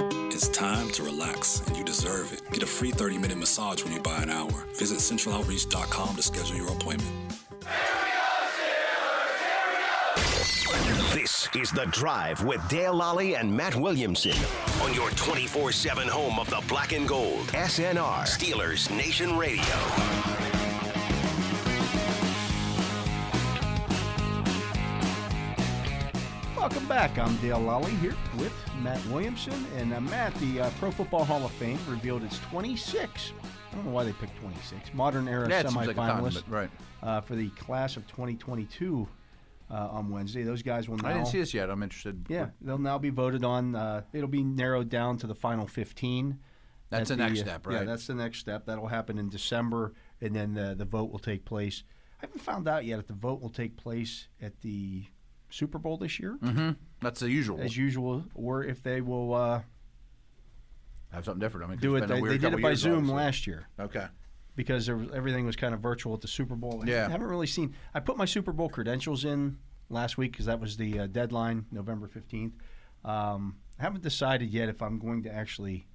It's time to relax, and you deserve it. Get a free 30 minute massage when you buy an hour. Visit centraloutreach.com to schedule your appointment. This is The Drive with Dale Lally and Matt Williamson on your 24 7 home of the black and gold. SNR, Steelers Nation Radio. Welcome back. I'm Dale Lally here with Matt Williamson. And uh, Matt, the uh, Pro Football Hall of Fame revealed its 26. I don't know why they picked 26. Modern era Yeah, it seems like a ton, semifinalist but- right. uh, for the class of 2022 uh, on Wednesday. Those guys will now. I didn't see this yet. I'm interested. Yeah, they'll now be voted on. Uh, it'll be narrowed down to the final 15. That's at uh, the next step, Yeah, right? that's the next step. That'll happen in December, and then the, the vote will take place. I haven't found out yet if the vote will take place at the Super Bowl this year, That's the usual. as usual, or if they will uh, Have something different. I mean, 'cause do it's it. been a They, weird they did couple it by years, Zoom obviously. last year Okay. because there was, everything was kind of virtual at the Super Bowl. I Yeah. haven't really seen. I put my Super Bowl credentials in last week because that was the uh, deadline, November fifteenth. Um, I haven't decided yet if I'm going to actually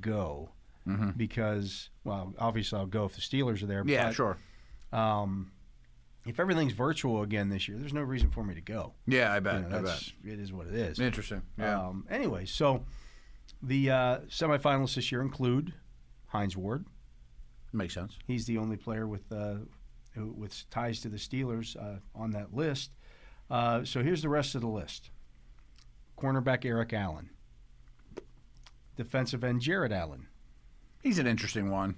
go because, well, obviously I'll go if the Steelers are there. Mm-hmm. Yeah, but, sure. Um, if everything's virtual again this year, there's no reason for me to go. Yeah, I You bet. know, I that's bet. it is what it is. Interesting. Yeah. Um, anyway, so the uh, semifinalists this year include Heinz Ward. Makes sense. He's the only player with uh, who- with ties to the Steelers uh, on that list. Uh, so here's the rest of the list: cornerback Eric Allen, defensive end Jared Allen, He's an interesting one.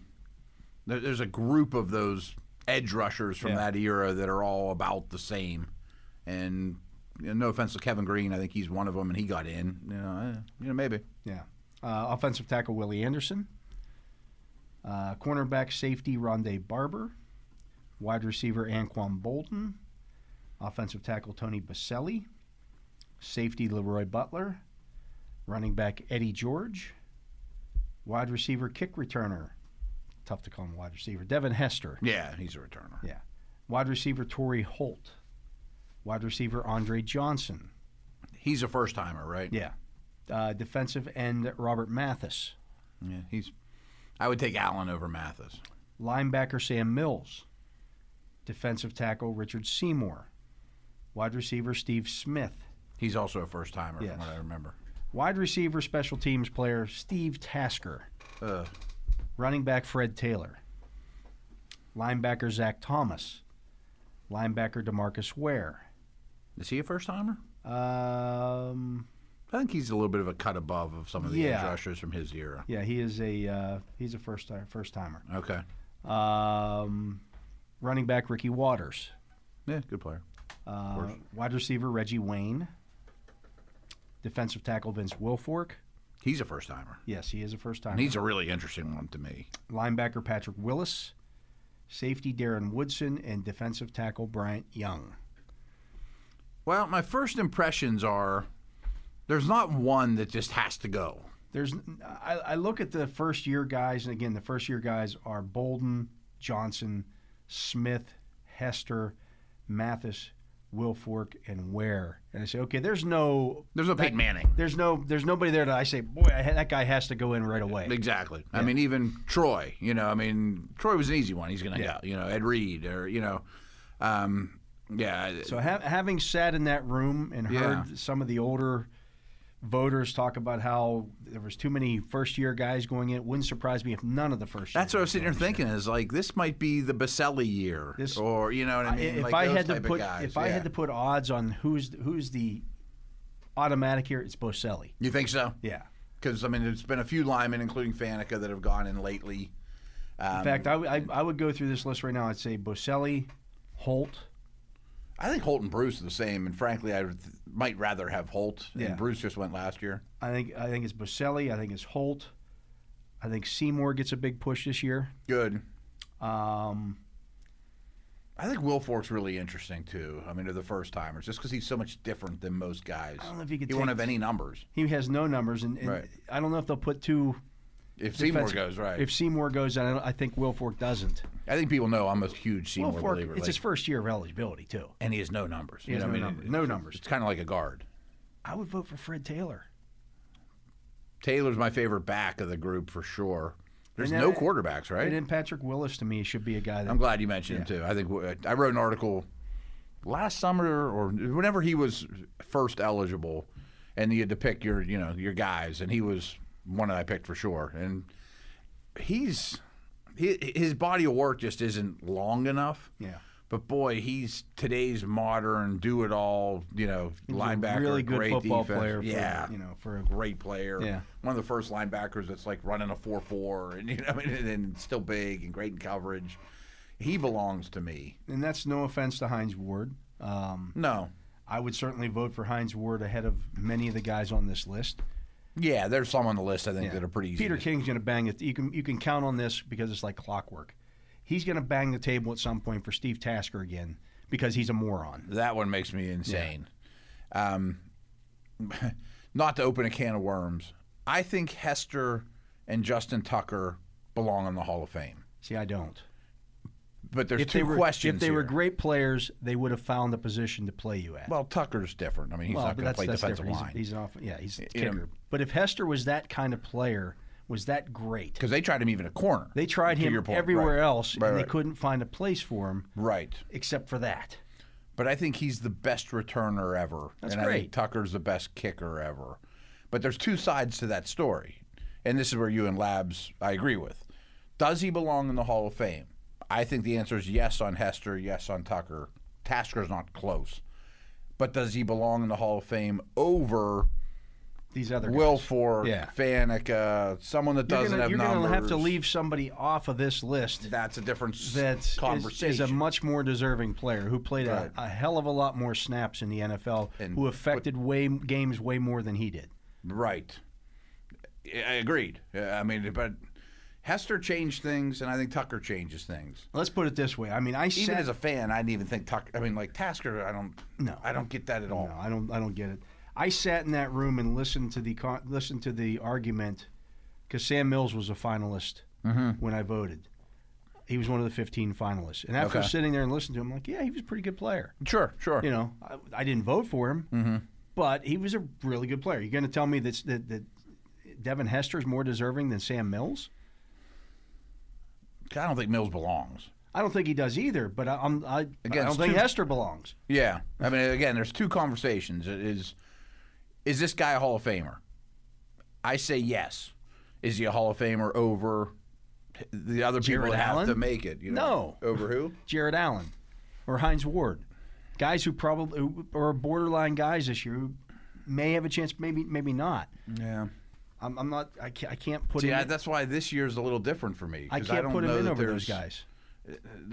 There, there's a group of those edge rushers from Yeah. that era that are all about the same. And you know, no offense to Kevin Green, I think he's one of them, and he got in. You know, eh, you know maybe. yeah, uh, offensive tackle Willie Anderson, uh, cornerback safety Rondé Barber, wide receiver Anquan Bolden, offensive tackle Tony Baselli, safety Leroy Butler, running back Eddie George, wide receiver kick returner, tough to call him wide receiver, Devin Hester, Yeah, he's a returner. Yeah. wide receiver Torrey Holt, wide receiver Andre Johnson, He's a first timer, right? yeah, uh, defensive end Robert Mathis, yeah. He's. I would take Allen over Mathis. linebacker Sam Mills, defensive tackle Richard Seymour, wide receiver Steve Smith, He's also a first timer, Yes. from what I remember. wide receiver special teams player Steve Tasker, Uh, running back Fred Taylor, linebacker Zach Thomas, linebacker Demarcus Ware. is he a first timer? Um, I think he's a little bit of a cut above of some of the edge Yeah. rushers from his era. yeah, he is a uh, he's a first time first timer. Okay. Um, running back Ricky Waters, Yeah, good player. uh, course. wide receiver Reggie Wayne, defensive tackle Vince Wilfork. He's a first timer. Yes, he is a first And timer. he's a really interesting one to me. Linebacker Patrick Willis, safety Darren Woodson, and defensive tackle Bryant Young. Well, my first impressions are there's not one that just has to go. There's I, I look at the first year guys, and again, the first year guys are Bolden, Johnson, Smith, Hester, Mathis, Wilfork, and Ware, and I say, okay, there's no, There's no Peyton Manning. there's no, there's nobody there that I say, boy, I, that guy has to go in right away. Exactly. I mean, even Troy. You know, I mean, Troy was an easy one. He's going to Yeah. go. You know, Ed Reed or you know, um, yeah. So ha- having sat in that room and heard Yeah. some of the older voters talk about how there was too many first year guys going in, it wouldn't surprise me if none of the first. that's what I was sitting here thinking is like this might be the Baselli year, This- or you know what I mean. if like I those had to type of put guys. if I Yeah. had to put odds on who's who's the automatic here, it's Boselli. you think so? Yeah. Because I mean, there's been a few linemen, including Faneca, that have gone in lately. Um, In fact, I, w- I- I would go through this list right now. I'd say Boselli, Holt. I think Holt and Bruce are the same, and frankly, I would- might rather have Holt. Yeah. And Bruce just went last year. I think I think it's Boselli. I think it's Holt. I think Seymour gets a big push this year. Good. Um, I think Will Fork's really interesting too. I mean, they're the first timers, just because he's so much different than most guys. I don't know if you could He won't take- have any numbers he has no numbers, and, and Right. I don't know if they'll put two. if Seymour defensive- goes right. If Seymour goes, I, don't, I think Wilfork doesn't. I think people know I'm a huge Seymour Wilfork, believer, it's his like- first year of eligibility too. and he has no numbers. He has You no, know what I mean? number, no numbers. It's kind of like a guard. I would vote for Fred Taylor. Taylor's my favorite back of the group for sure. There's And no then- quarterbacks, right? And then Patrick Willis to me should be a guy that I'm glad you mentioned him too. I think w- I wrote an article last summer or whenever he was first eligible, and you had to pick your you know your guys, and he was one that I picked for sure. And he's he, his body of work just isn't long enough. Yeah. But boy, he's today's modern do-it-all, you know, linebacker, really good great football defense. player. For, yeah, you know for a great player. Yeah. One of the first linebackers that's like running a 4 4 and, you know, and, and still big and great in coverage. He belongs to me. and that's no offense to Heinz Ward. Um, No. I would certainly vote for Heinz Ward ahead of many of the guys on this list. Yeah, there's some on the list I think Yeah. that are pretty easy. Peter to- King's going to bang it. You can you can count on this because it's like clockwork. He's going to bang the table at some point for Steve Tasker again because he's a moron. That one makes me insane. Um, not to open a can of worms, I think Hester and Justin Tucker belong in the Hall of Fame. See, I don't. But there's If two they were questions. if they were here. great players, they would have found a position to play you at. well, Tucker's different. I mean, he's Well, not but going that's, to play that's defensive different. He's- line He's, an off, yeah, he's a You know. kicker. But if Hester was that kind of player, was that great? because they tried him even a corner. They tried to him your point, everywhere right. else, Right, and right. they couldn't find a place for him Right. except for that. But I think he's the best returner ever. That's and I think great. Tucker's the best kicker ever. But there's two sides to that story. And this is where you and Labs I agree with. Does he belong in the Hall of Fame? I think the answer is yes on Hester, yes on Tucker. Tasker's not close. But does he belong in the Hall of Fame over These other guys. Will Fork, Yeah. Faneca, someone that you're doesn't gonna, have you're numbers? gonna have to leave somebody off of this list. That's a different s- That is- conversation. is, a much more deserving player who played Right. a, a hell of a lot more snaps in the NFL, And who affected way games way more than he did. Right. I I agreed. Uh, I mean, but Hester changed things, and I think Tucker changes things. Let's put it this way. I mean, I Even sat as a fan, I didn't even think Tucker. I mean, like Tasker, I don't. No. I don't get that at all. No, I don't. I don't get it. I sat in that room and listened to the con- listened to the argument because Sam Mills was a finalist Mm-hmm. when I voted. He was one of the 15 finalists, and after Okay. sitting there and listening to him, I'm like, yeah, he was a pretty good player. Sure, sure. You know, I, I didn't vote for him, Mm-hmm. but he was a really good player. You're going to tell me that's, that that Devin Hester is more deserving than Sam Mills? I don't think Mills belongs. I don't think he does either. But I, I'm I, Again, I it's don't think too- Hester belongs. Yeah. I mean, again, there's two conversations. It Is is this guy a Hall of Famer? I say yes. Is he a Hall of Famer over the other people Jared that have Allen? to make it? You know? No. Over who? Jared Allen or Heinz Ward, guys who probably who are borderline guys this year who may have a chance, maybe maybe not. Yeah. I'm, I'm not. I can't, I can't put See, him. I, in- that's why this year's a little different for me. I 'cause can't don't put him know in that over those there's- guys.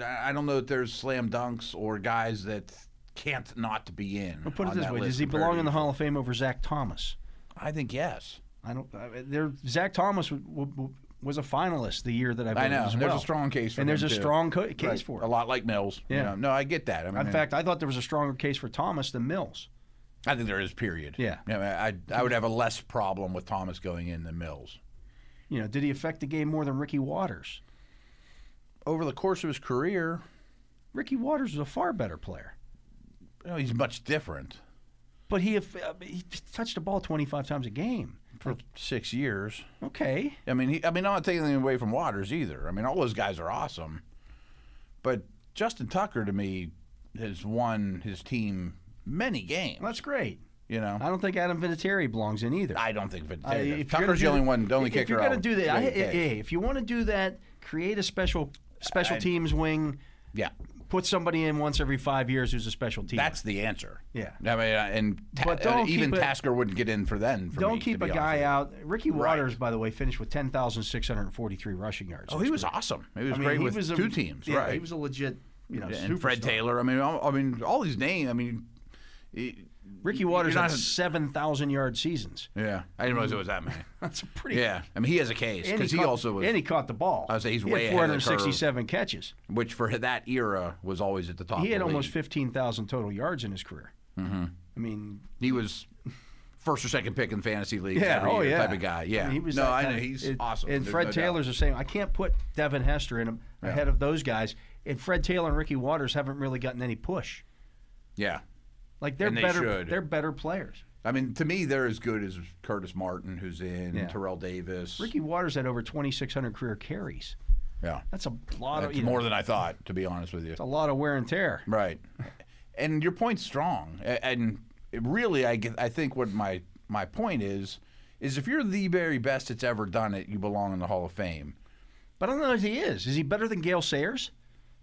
I don't know that there's slam dunks or guys that can't not be in. But put it on this that way: list Does he compared belong to in the you. Hall of Fame over Zach Thomas? I think yes. I don't. I, there, Zach Thomas w- w- was a finalist the year that I voted I know. as well. There's a strong case for and there's him, a too. strong co- case Right. for a it. lot like Mills. you Yeah. know. No, I get that. I mean, In fact, I thought there was a stronger case for Thomas than Mills. I think there is. Period. Yeah. You know, I I would have a less problem with Thomas going in than Mills. You know, did he affect the game more than Ricky Waters? Over the course of his career, Ricky Waters was a far better player. you know, he's much different But he, if- I mean, he touched the ball 25 times a game. for six years. Okay. I mean, he, I mean, I'm not taking anything away from Waters either. I mean, all those guys are awesome, but Justin Tucker to me has won his team many games. That's great. you know, I don't think Adam Vinatieri belongs in either. I don't I- think if Vinatieri. you're gonna Tucker's the do only that- one, the only if kicker. you're going gonna do that, I, yeah, hey, if you want to do that, create a special special I- teams wing. yeah, Put somebody in once every five years who's a special team. that's the answer. Yeah. I mean, uh, and ta- But don't uh, even keep a- Tasker wouldn't get in for then. For don't me, keep to a be honest with guy you. out. Ricky Waters, by the way, finished with 10,643 rushing yards. Oh, he was awesome. He was I mean, great he with was a- two teams, yeah, right? He was a legit, you know, and Fred superstar. Taylor. I mean, all, I mean, all these names. I mean, he- Ricky Waters You're had not- 7,000 yard seasons. yeah, I didn't realize it was that many. That's a pretty Yeah, I mean he has a case And because he, caught- also was, and he caught the ball. I would say he's he way had ahead of the curve. 467 catches. which for that era was always at the top. He of had the almost league. 15,000 total yards in his career. Mm-hmm. I mean, He was first or second pick in fantasy league. yeah, every oh year yeah, type of guy. I Yeah, mean, he was no, that I know kind of- he's and- awesome. And There's Fred no doubt. Taylor's the same. I can't put Devin Hester in him ahead of those guys. And Fred Taylor and Ricky Waters haven't really gotten any push. Yeah, Like they're And they better. should. They're better players. I mean, to me, they're as good as Curtis Martin, who's in Yeah. Terrell Davis. Ricky Waters had over 2,600 career carries. yeah, That's a lot that's of you know, more than I thought, to be honest with you. a lot of wear and tear. Right. And your point's strong. A- And it really, I, get, I think what my, my point is, is if you're the very best that's ever done it, you belong in the Hall of Fame. But I don't know if he is. Is he better than Gail Sayers?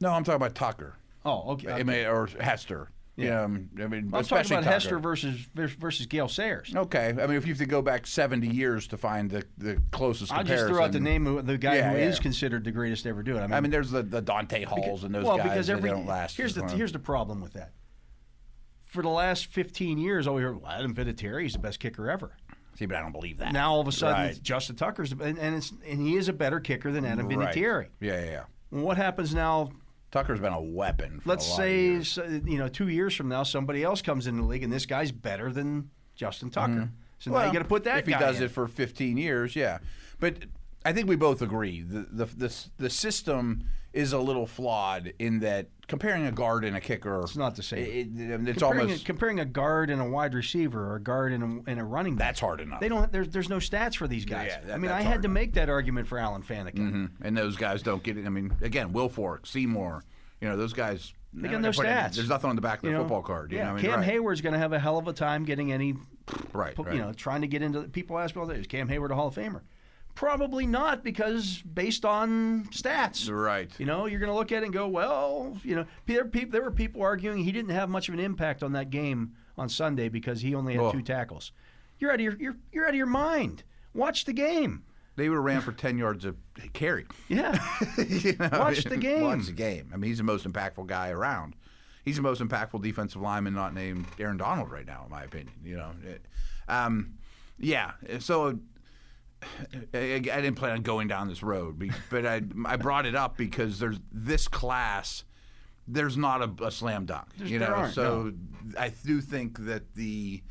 No, I'm talking about Tucker. Oh, okay. I mean, or Hester. Yeah. um, I mean, I'm talking especially about Tucker. Hester versus versus Gail Sayers. Okay. I mean, if you have to go back 70 years to find the, the closest I comparison. just threw out the name of the guy Yeah, who is yeah. considered the greatest to ever do it. I mean, I mean, there's the, the Dante Halls and those well, guys. because that every they don't last. here's as the long. here's the problem with that. For the last 15 years, all we heard, well, Adam Vinatieri is the best kicker ever. See, but I don't believe that. Now all of a sudden, Right. it's Justin Tucker's and and, it's, and he is a better kicker than Adam Right. Vinatieri. Yeah, yeah, yeah. Well, What happens now? Tucker's been a weapon. For Let's a lot of say years. s- you know two years from now, somebody else comes in the league, and this guy's better than Justin Tucker. So now Mm-hmm. Well, you got to put that if he guy does in. it for 15 years, yeah. But I think we both agree the the the, s- the system is a little flawed in that comparing a guard and a kicker. It's not the same. it's comparing, almost a, comparing a guard and a wide receiver or a guard and a, and a running back. that's hard enough. They don't. There's there's no stats for these guys. Yeah, that- I mean, I had that's hard. Mm-hmm. to make that argument for Alan Faneca. and those guys don't get it. I mean, again, Will Fork, Seymour, you know those guys. They got no put it- stats. There's nothing on the back of You their know? football card. You yeah, know what I mean? Cam right. Hayward's going to have a hell of a time getting any. Right, You right. know, trying to get into people ask, well, is Cam Hayward a Hall of Famer? Probably not, because based on stats. Right. You know, you're going to look at it and go, well, you know, there, pe- there were people arguing he didn't have much of an impact on that game on Sunday because he only had Oh. two tackles. You're out of your you're, you're out of your mind. Watch the game. They would have ran for 10 yards of carry. Yeah. You know, Watch the game. Watch the game. I mean, he's the most impactful guy around. He's the most impactful defensive lineman not named Aaron Donald right now, in my opinion. You know, It- um, yeah. So I, I didn't plan on going down this road, be- but I I brought it up because there's this class. There's not a, a slam dunk, you know. there aren't, so I do think that the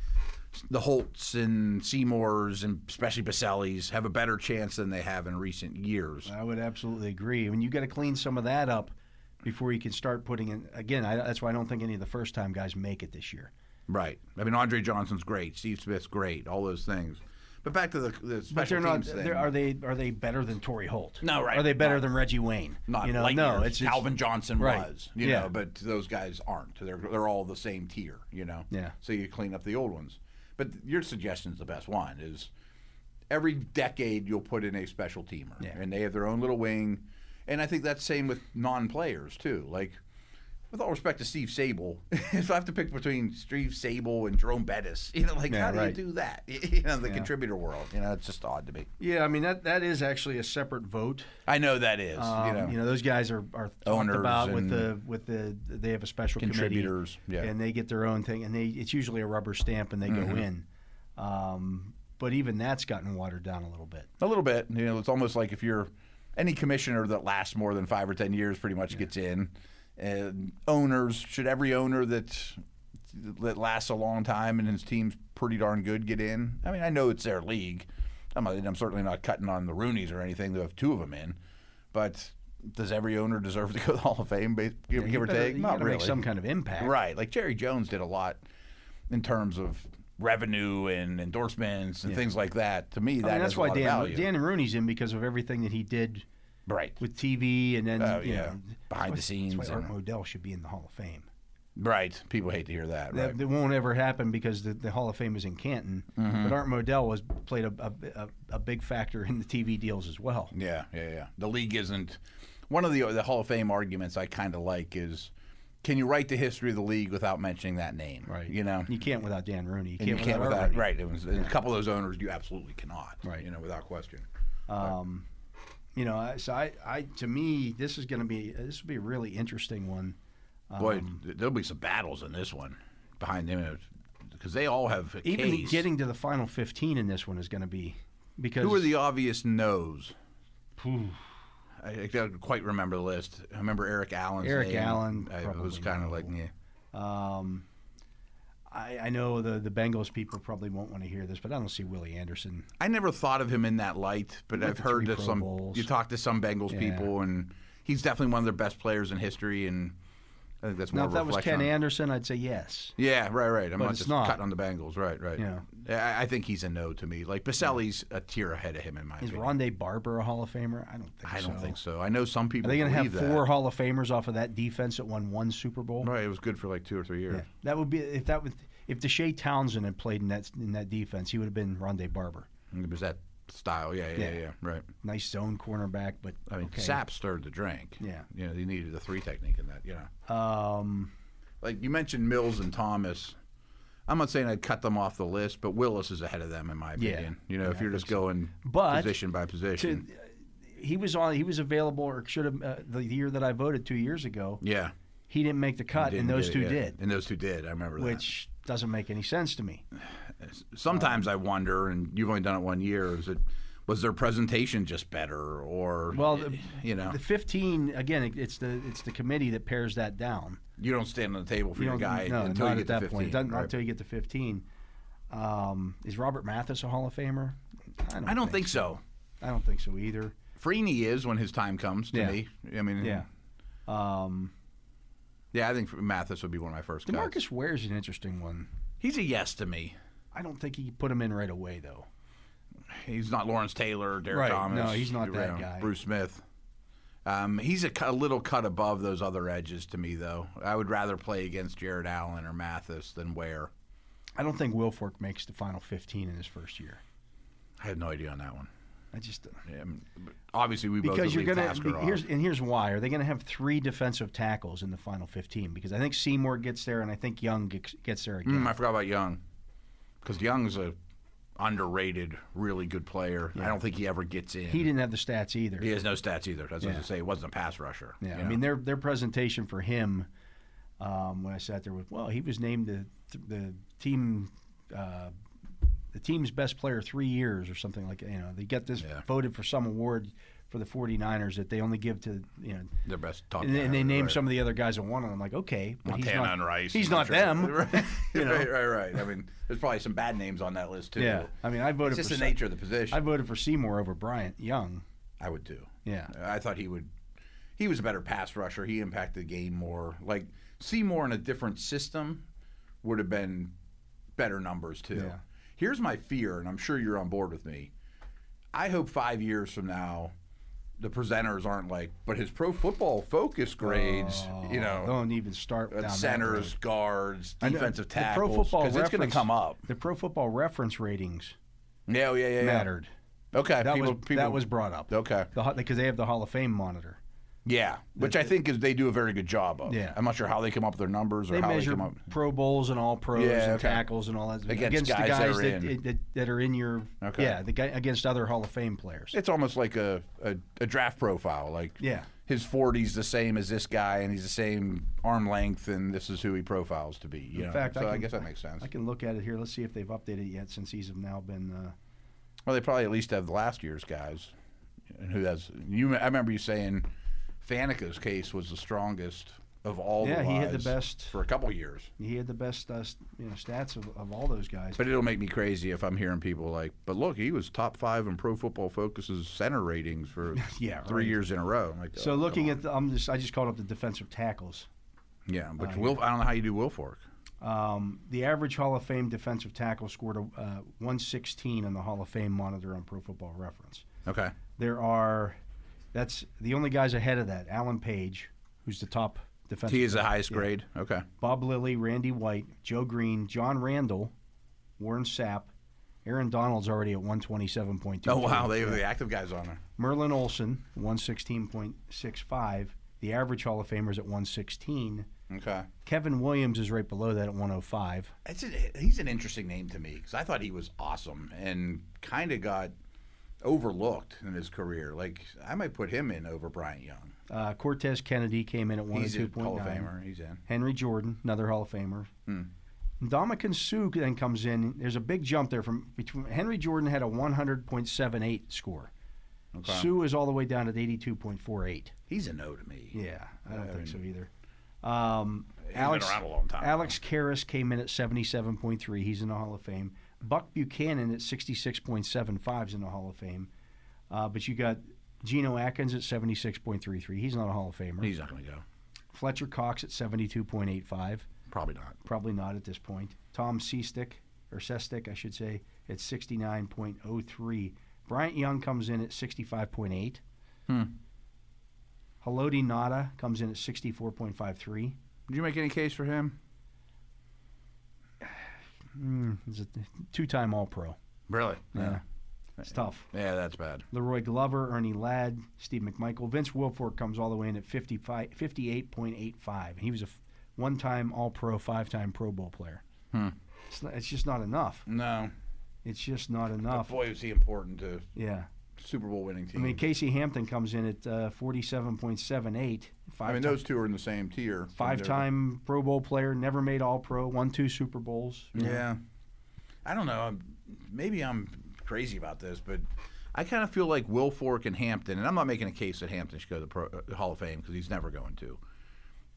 the Holtz and Seymours and especially Basellis have a better chance than they have in recent years. I would absolutely agree. And you got to clean some of that up before you can start putting in. Again, I, that's why I don't think any of the first time guys make it this year. Right. I mean, Andre Johnson's great. Steve Smith's great. All those things. But back to the, the But special they're not. teams thing. They're, are they? Are they better than Torrey Holt? No, right, Are they better not- than Reggie Wayne? not you know. light no, years. it's, it's Calvin Johnson Right. was, you Yeah. know, but those guys aren't. They're they're all the same tier, you know. Yeah. So you clean up the old ones. But your suggestion's the best one. Is every decade you'll put in a special teamer, Yeah. and they have their own little wing. And I think that's same with non-players too. Like, with all respect to Steve Sable, if I have to pick between Steve Sable and Jerome Bettis, you know, like Yeah, how do right. you do that? You know, the contributor world. You know, it's just odd to me. Yeah, I mean that that is actually a separate vote. I know that is. Um, you know, those guys are, are talked Owners about with and the with the they have a special Contributors, committee, yeah. Mm-hmm. and they get their own thing, and they it's usually a rubber stamp, and they go in. Um, but even that's gotten watered down a little bit. A little bit. You know, it's almost like if you're any commissioner that lasts more than five or ten years, pretty much gets in. And owners should every owner that that lasts a long time and his team's pretty darn good get in. I mean, I know it's their league. I'm, not, I'm certainly not cutting on the Rooneys or anything to have two of them in, but does every owner deserve to go to the Hall of Fame, ba- give, You give or better- take? you Not gotta really. Make some kind of impact. Right. Like Jerry Jones did a lot in terms of revenue and endorsements and things like that. To me, I mean, that that's has a why lot of Dan value. Dan Rooney's in because of everything that he did right. with TV and then Oh, you yeah. know, Behind the that's why- That's scenes why Art and- Modell should be in the Hall of Fame. Right. People hate to hear that. Right. That, that won't ever happen because the, the Hall of Fame is in Canton. Mm-hmm. But Art Modell was played a, a, a, a big factor in the TV deals as well. yeah, yeah, yeah. The league isn't one of the the Hall of Fame arguments I kind of like is can you write the history of the league without mentioning that name? You know. you can't without Dan Rooney. You And can't, you can't without, without Art Rooney. right. It was, and a couple of those owners you absolutely cannot. Right. You know, without question. You know, I- so I, I to me, this is going to be this will be a really interesting one. Boy, Um, th- there'll be some battles in this one behind them because they all have a Even case. getting to the final fifteen in this one is going to be because Who are the obvious no's? I, I don't quite remember the list. I remember Eric Allen. Eric Allen, I was probably kind of like, yeah. I, I know the the Bengals people probably won't want to hear this, but I don't see Willie Anderson. I never thought of him in that light, but I've the heard three that Pro some Bowls. you talk to some Bengals people, and he's definitely one of their best players in history. And I think that's more. Now, if of a that was reflection Ken on- Anderson, I'd say yes. Yeah, right, right. I'm But not it's just not. cutting on the Bengals. Right, right. Yeah. I, I think he's a no to me. Like Baselli's a tier ahead of him in my Is opinion. Rondé Barber a Hall of Famer? I don't think I so. don't think so. I know some Are people they going to have believe four Hall of Famers off of that defense that won one Super Bowl? that. Right, it was good for like two or three years. Yeah. That would be if that would if Deshae Townsend had played in that in that defense, he would have been Rondé Barber. It was that style. Yeah, yeah, Yeah. yeah, yeah. Right. Nice zone cornerback, but I mean, okay. Sapp stirred the drink. Yeah. You know, he needed the three technique in that. You know. Um, like you mentioned Mills and Thomas. I'm not saying I'd cut them off the list, but Willis is ahead of them in my Yeah. opinion. You know, if you're just going But position by position. he was on. He was available, or should have uh, the year that I voted two years ago. yeah. He didn't make the cut, Didn't and those get two it, yeah. did, And those two did. I remember which doesn't make any sense to me. that. Sometimes um, I wonder, and you've only done it one year, is it was their presentation just better or eh, Well, the, you know, the 15 again. it- It's the it's the committee that pairs that down. you don't stand on the table for your don't- guy no, until not you get at that to 15. point. Doesn't- Not right? until you get to 15. Um, is Robert Mathis a Hall of Famer? I don't, I don't Mm-hmm. think so. I don't think so either. Freeney is when his time comes to Yeah. me. I mean, Yeah. Um, yeah, I think Mathis would be one of my first cuts. Demarcus Ware's an interesting one. He's a yes to me. I don't think he put him in right away though. He's not Lawrence Taylor, Derek Right, Thomas. no, he's not that you know, guy. Bruce Smith. Um, he's a, cu- a little cut above those other edges to me, though. I would rather play against Jared Allen or Mathis than Ware. I don't think Wilfork makes the final 15 in his first year. I have no idea on that one. I just Yeah, I mean, but obviously, we both because would you're leave gonna Tasker be- off. here's and here's why are they gonna have three defensive tackles in the final 15? Because I think Seymour gets there and I think Young gets, gets there again. Mm, I forgot about Young because Young's a underrated, really good player. I don't think he ever gets in. He didn't have the stats either. He has no stats either. That's what I was gonna say. He wasn't a pass rusher. Yeah, I you mean know? their their presentation for him um, when I sat there with well, he was named the the team uh, the team's best player three years or something like you know they get this Yeah. voted for some award for the 49ers that they only give to you know. their best top. And, they- and they guy, name right. some of the other guys that won, and I'm like, okay, but he's Montana not, and Rice. He's and not sure. them. Right. you know? right, right, right. I mean, there's probably some bad names on that list too. Yeah, I mean, I it's voted just for the Se- nature of the I position. voted for Seymour over Bryant Young. I, would too. Yeah, I thought he would. He was a better pass rusher. He impacted the game more. Like Seymour in a different system would have been better numbers too. Yeah. Here's my fear, and I'm sure you're on board with me. I hope five years from now, the presenters aren't like, but his pro football focus grades, you know, Oh, uh, don't even start down that road. centers, guards, I know, defensive the pro tackles. football 'cause it's going to reference- come up. The Pro Football Reference ratings Yeah, oh, yeah, yeah, yeah. mattered. Okay, That people, was people, that was brought up. okay. because they have the Hall of Fame monitor. Yeah, which I think is they do a very good job of. Yeah. I'm not sure how they come up with their numbers or They how measure they come up. Pro Bowls and All Pros Yeah, and okay. tackles and all that Against guys the that guys are that in. that, that are in your Okay. yeah the guy against other Hall of Fame players. It's almost like a, a, a draft profile. Like Yeah. his 40s the same as this guy, and he's the same arm length, and this is who he profiles to be. You In know? fact, so I, I, can, guess that makes sense. I can look at it here. Let's see if they've updated it yet since he's have now been. Uh, Well, they probably at least have the last year's guys, and who has you? I remember you saying Fanica's case was the strongest of all. Yeah, the he had the lives best- for a couple years. he had the best uh, s- you know, stats of, of all those guys. But it'll make me crazy if I'm hearing people like, "But look, he was top five in Pro Football Focus's center ratings for Yeah, three right. years in a row." I'm like, so "Oh, come looking on." at the, I'm just I just called up the defensive tackles. yeah, but Oh, Will, I don't know how you do Will Fork. Um, the average Hall of Fame defensive tackle scored a uh, 116 on the Hall of Fame monitor on Pro Football Reference. Okay, There are, that's the only guys ahead of that. Alan Page, who's the top defensive. T is the highest grade. Okay, Bob Lilly, Randy White, Joe Green, John Randall, Warren Sapp, Aaron Donald's already at 127.2. oh wow, they have the active guys on there. Merlin Olson, 116.65. The average Hall of Famer's at 116. Okay, Kevin Williams is right below that at 105. it's an, he's an interesting name to me because I thought he was awesome and kind of got overlooked in his career. Like I might put him in over Bryant Young. Uh, Cortez Kennedy came in at He's a 102.9. Hall of Famer. Hmm. He's in. Henry Jordan, another Hall of Famer. Dominican Sue then comes in. There's a big jump there from between Henry Jordan had a 100.78 score. Sue is all the way down at 82.48. He's a no to me. Yeah, I don't think so either. Um, Alex around a long time, Alex Karras came in at 77.3. He's in the Hall of Fame. Buck Buchanan at 66.75 is in the Hall of Fame. Uh, but you got Geno Atkins at 76.33. He's not a Hall of Famer. He's not going to go. Fletcher Cox at 72.85. Probably not. Probably not at this point. Tom Sestick, or Sestick, I should say, at 69.03. Bryant Young comes in at 65.8. Hmm. Haloti Nada comes in at 64.53. Did you make any case for him? He's a two-time All-Pro. Really? Yeah. It's tough. Yeah, that's bad. Leroy Glover, Ernie Ladd, Steve McMichael, Vince Wilfork comes all the way in at 55, 58.85. He was a f- one-time All-Pro, five-time Pro Bowl player. It's, not, it's just not enough. No. It's just not But enough. boy, was he important to Yeah. Super Bowl winning team. Oh. I mean, Casey Hampton comes in at uh, 47.78. Five I mean, those two are in the same tier. five-time Pro Bowl player, never made All-Pro, won two Super Bowls. you know. Yeah. I don't know. I'm, maybe I'm crazy about this, but I kind of feel like Will Fork and Hampton, and I'm not making a case that Hampton should go to the Pro, uh, Hall of Fame because he's never going to.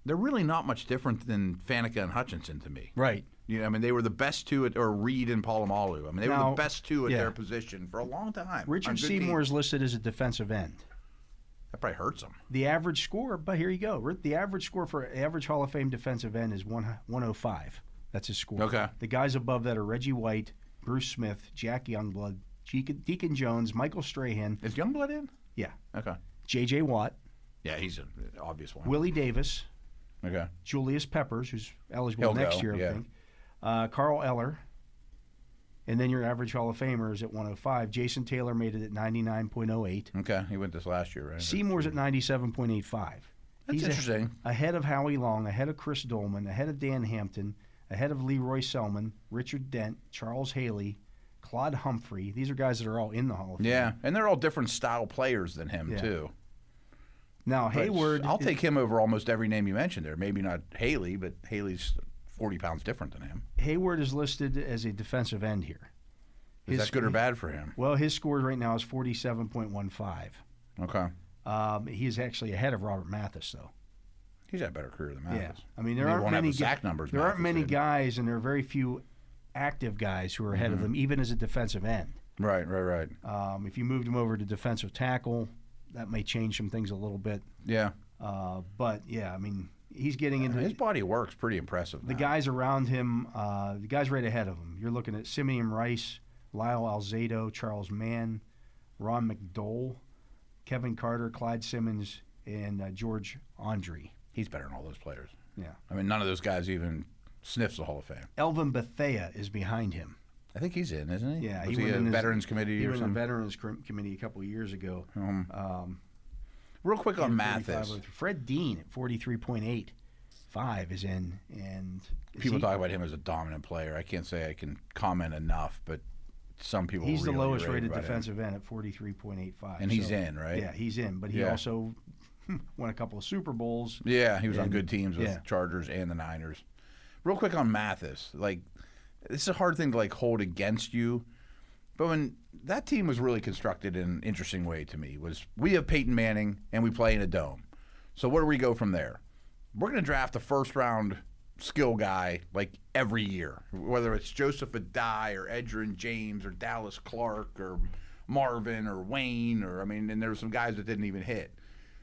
They're really not much different than Faneca and Hutchinson to me. Right. You know, I mean, they were the best two at, or Reed and Palomalu. I mean, they were Now- the best two at yeah. their position for a long time. on Richard good teams. Seymour is listed as a defensive end. That probably hurts them. The average score, but here you go. Ri- The average score for average Hall of Fame defensive end is one, 105. That's his score. Okay. The guys above that are Reggie White, Bruce Smith, Jack Youngblood, Deacon, Deacon Jones, Michael Strahan, Is Youngblood in? yeah, Okay. J.J. Watt, Yeah, he's an obvious one. Willie Davis, Okay. Julius Peppers, who's eligible He'll next go, year, I yeah. think. Uh, Carl Eller. And then your average Hall of Famer is at 105. Jason Taylor made it at 99.08. Okay. He went this last year, right? Seymour's at 97.85. That's He's a- interesting. ahead of Howie Long, ahead of Chris Dolman, ahead of Dan Hampton, ahead of Leroy Selman, Richard Dent, Charles Haley, Claude Humphrey. These are guys that are all in the Hall of Fame. Yeah, and they're all different style players than him Yeah. too. Now But Hayward. I'll is- take him over almost every name you mentioned there. Maybe not Haley, but Haley's forty pounds different than him. Hayward is listed as a defensive end here. Is His- that good or bad for him? Well, his score right now is 47.15. Okay, Um, he is actually ahead of Robert Mathis, though. he's had a better career than Mathis. I mean, He there aren't won't have many the ga- sack numbers There aren't Mathis many did. guys, and there are very few active guys who are ahead of Mm-hmm. them, even as a defensive end. Right, right, right. Um, if you moved him over to defensive tackle, that may change some things a little bit. Yeah, Uh, but yeah, I mean, he's getting into his body of work's pretty impressive. the now. guys around him. Uh, the guys right ahead of him. You're looking at Simeon Rice, Lyle Alzado, Charles Mann, Ron McDowell, Kevin Carter, Clyde Simmons, and uh, George Andre. he's better than all those players. Yeah, I mean, none of those guys even sniffs the Hall of Fame. Elvin Bethea is behind him. I think he's in, isn't he? Yeah, Was he, went a in as- Veterans Committee He or was in something? the Veterans Com- Committee a couple of years ago. Real quick on 45 Mathis. with Fred Dean at 43.85 is in, and is people he- talk about him as a dominant player. I can't say I can comment enough, but some people He's really the lowest rave rated about him. defensive end at 43.85. and he's so- in right. Yeah, he's in, but he Yeah. also hmm, won a couple of Super Bowls. Yeah, he was on And- good teams with yeah. Chargers and the Niners. Real quick on Mathis, like this is a hard thing to like hold against you, but when that team was really constructed in an interesting way to me was we have Peyton Manning and we play in a dome, so where do we go from there? We're going to draft a first round skill guy like every year, whether it's Joseph Adai or Edgerrin James or Dallas Clark or Marvin or Wayne or I mean, and there were some guys that didn't even hit.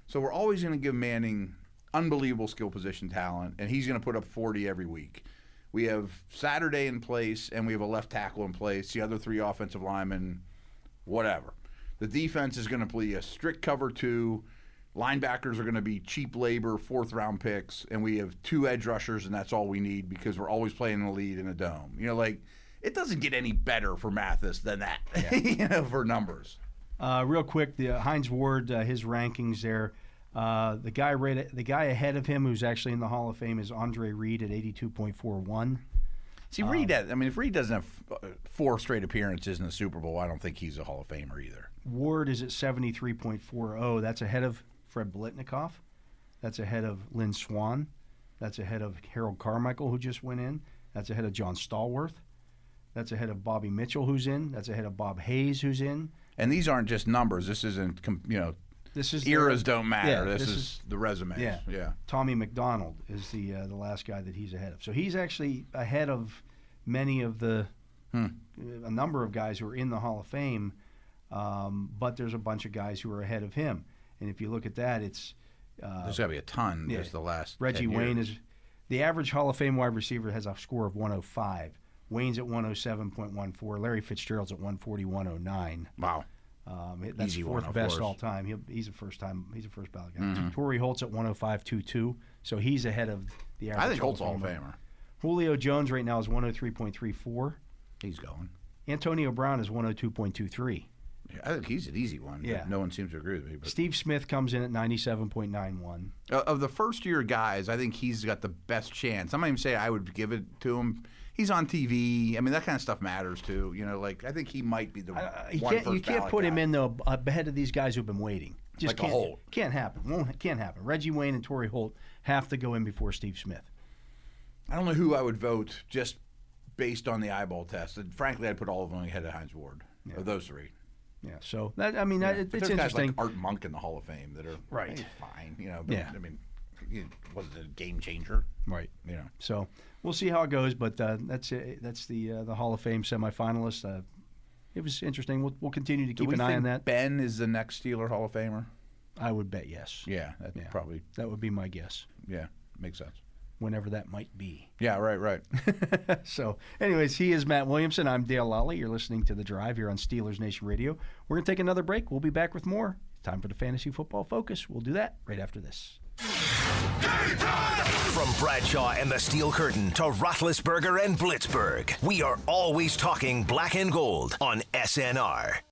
So we're always going to give Manning unbelievable skill position talent, and he's going to put up 40 every week. We have Saturday in place, and we have a left tackle in place. The other three offensive linemen, whatever. The defense is going to be a strict cover two. Linebackers are going to be cheap labor, fourth round picks, and we have two edge rushers, and that's all we need because we're always playing in the lead in a dome. You know, like it doesn't get any better for Mathis than that, you know, for numbers. Uh, real quick, the Heinz Ward, uh, his rankings there. Uh, the guy right, a- the guy ahead of him, who's actually in the Hall of Fame, is Andre Reed at 82.41. See, Reed. Um, Has, I mean, if Reed doesn't have uh, four straight appearances in the Super Bowl, I don't think he's a Hall of Famer either. Ward is at 73.40. oh. That's ahead of Fred Blitnikoff. That's ahead of Lynn Swan. That's ahead of Harold Carmichael, who just went in. That's ahead of John Stallworth. That's ahead of Bobby Mitchell, who's in. That's ahead of Bob Hayes, who's in. And these aren't just numbers. This isn't, com- you know, This is the- eras don't matter. Yeah, this, this is, is- the resumes. yeah. yeah. Tommy McDonald is the uh, the last guy that he's ahead of. So he's actually ahead of many of the uh, a number of guys who are in the Hall of Fame, um, but there's a bunch of guys who are ahead of him. And if you look at that, it's There's got to be a ton. yeah. There's the last Reggie 10 Wayne years. is the average Hall of Fame wide receiver has a score of 105. Wayne's at 107.14. Larry Fitzgerald's at 141.09. Wow. Um, it- that's Easy one, fourth of best course. Mm-hmm. all time. He'll, he's a first time. He's a first ballot guy. Torrey Holt's at 105.22, so he's ahead of the average. I think Holt's Hall of Famer. Famer. Julio Jones right now is 103.34. He's going. Antonio Brown is 102.23. Yeah, I think he's an easy one. but Yeah. No one seems to agree with me. But Steve Smith comes in at 97.91. Uh, of the first year guys, I think he's got the best chance. I'm not even saying I would give it to him. He's on TV. I mean, that kind of stuff matters too. You know, like I think he might be the Uh, you one can't you first can't ballot put him guy. in though ab- ahead of these guys who've been waiting. Just Like a can't Holt. can't happen. Won't can't happen. Reggie Wayne and Torrey Holt have to go in before Steve Smith. I don't know who I would vote just based on the eyeball test. And frankly, I'd put all of them ahead of Heinz Ward. Of those three. Yeah. So that I mean that, it- But it's there's interesting. Guys like Art Monk in the Hall of Fame that are Right. hey, fine. You know, but, Yeah. I mean, he wasn't a game changer. right. You know, So we'll see how it goes. But uh, that's it. that's the uh, the Hall of Fame semifinalists. Uh, it was interesting. We'll, we'll continue to Do keep we an eye on that. think Ben is the next Steeler Hall of Famer. I would bet yes. Yeah, that Yeah. probably That would be my guess. yeah makes sense. Whenever that might be. Yeah, right, right. So, anyways, he is Matt Williamson. I'm Dale Lally. You're listening to The Drive here on Steelers Nation Radio. We're going to take another break. We'll be back with more. Time for the Fantasy Football Focus. We'll do that right after this. From Bradshaw and the Steel Curtain to Roethlisberger and Blitzberg, we are always talking black and gold on SNR.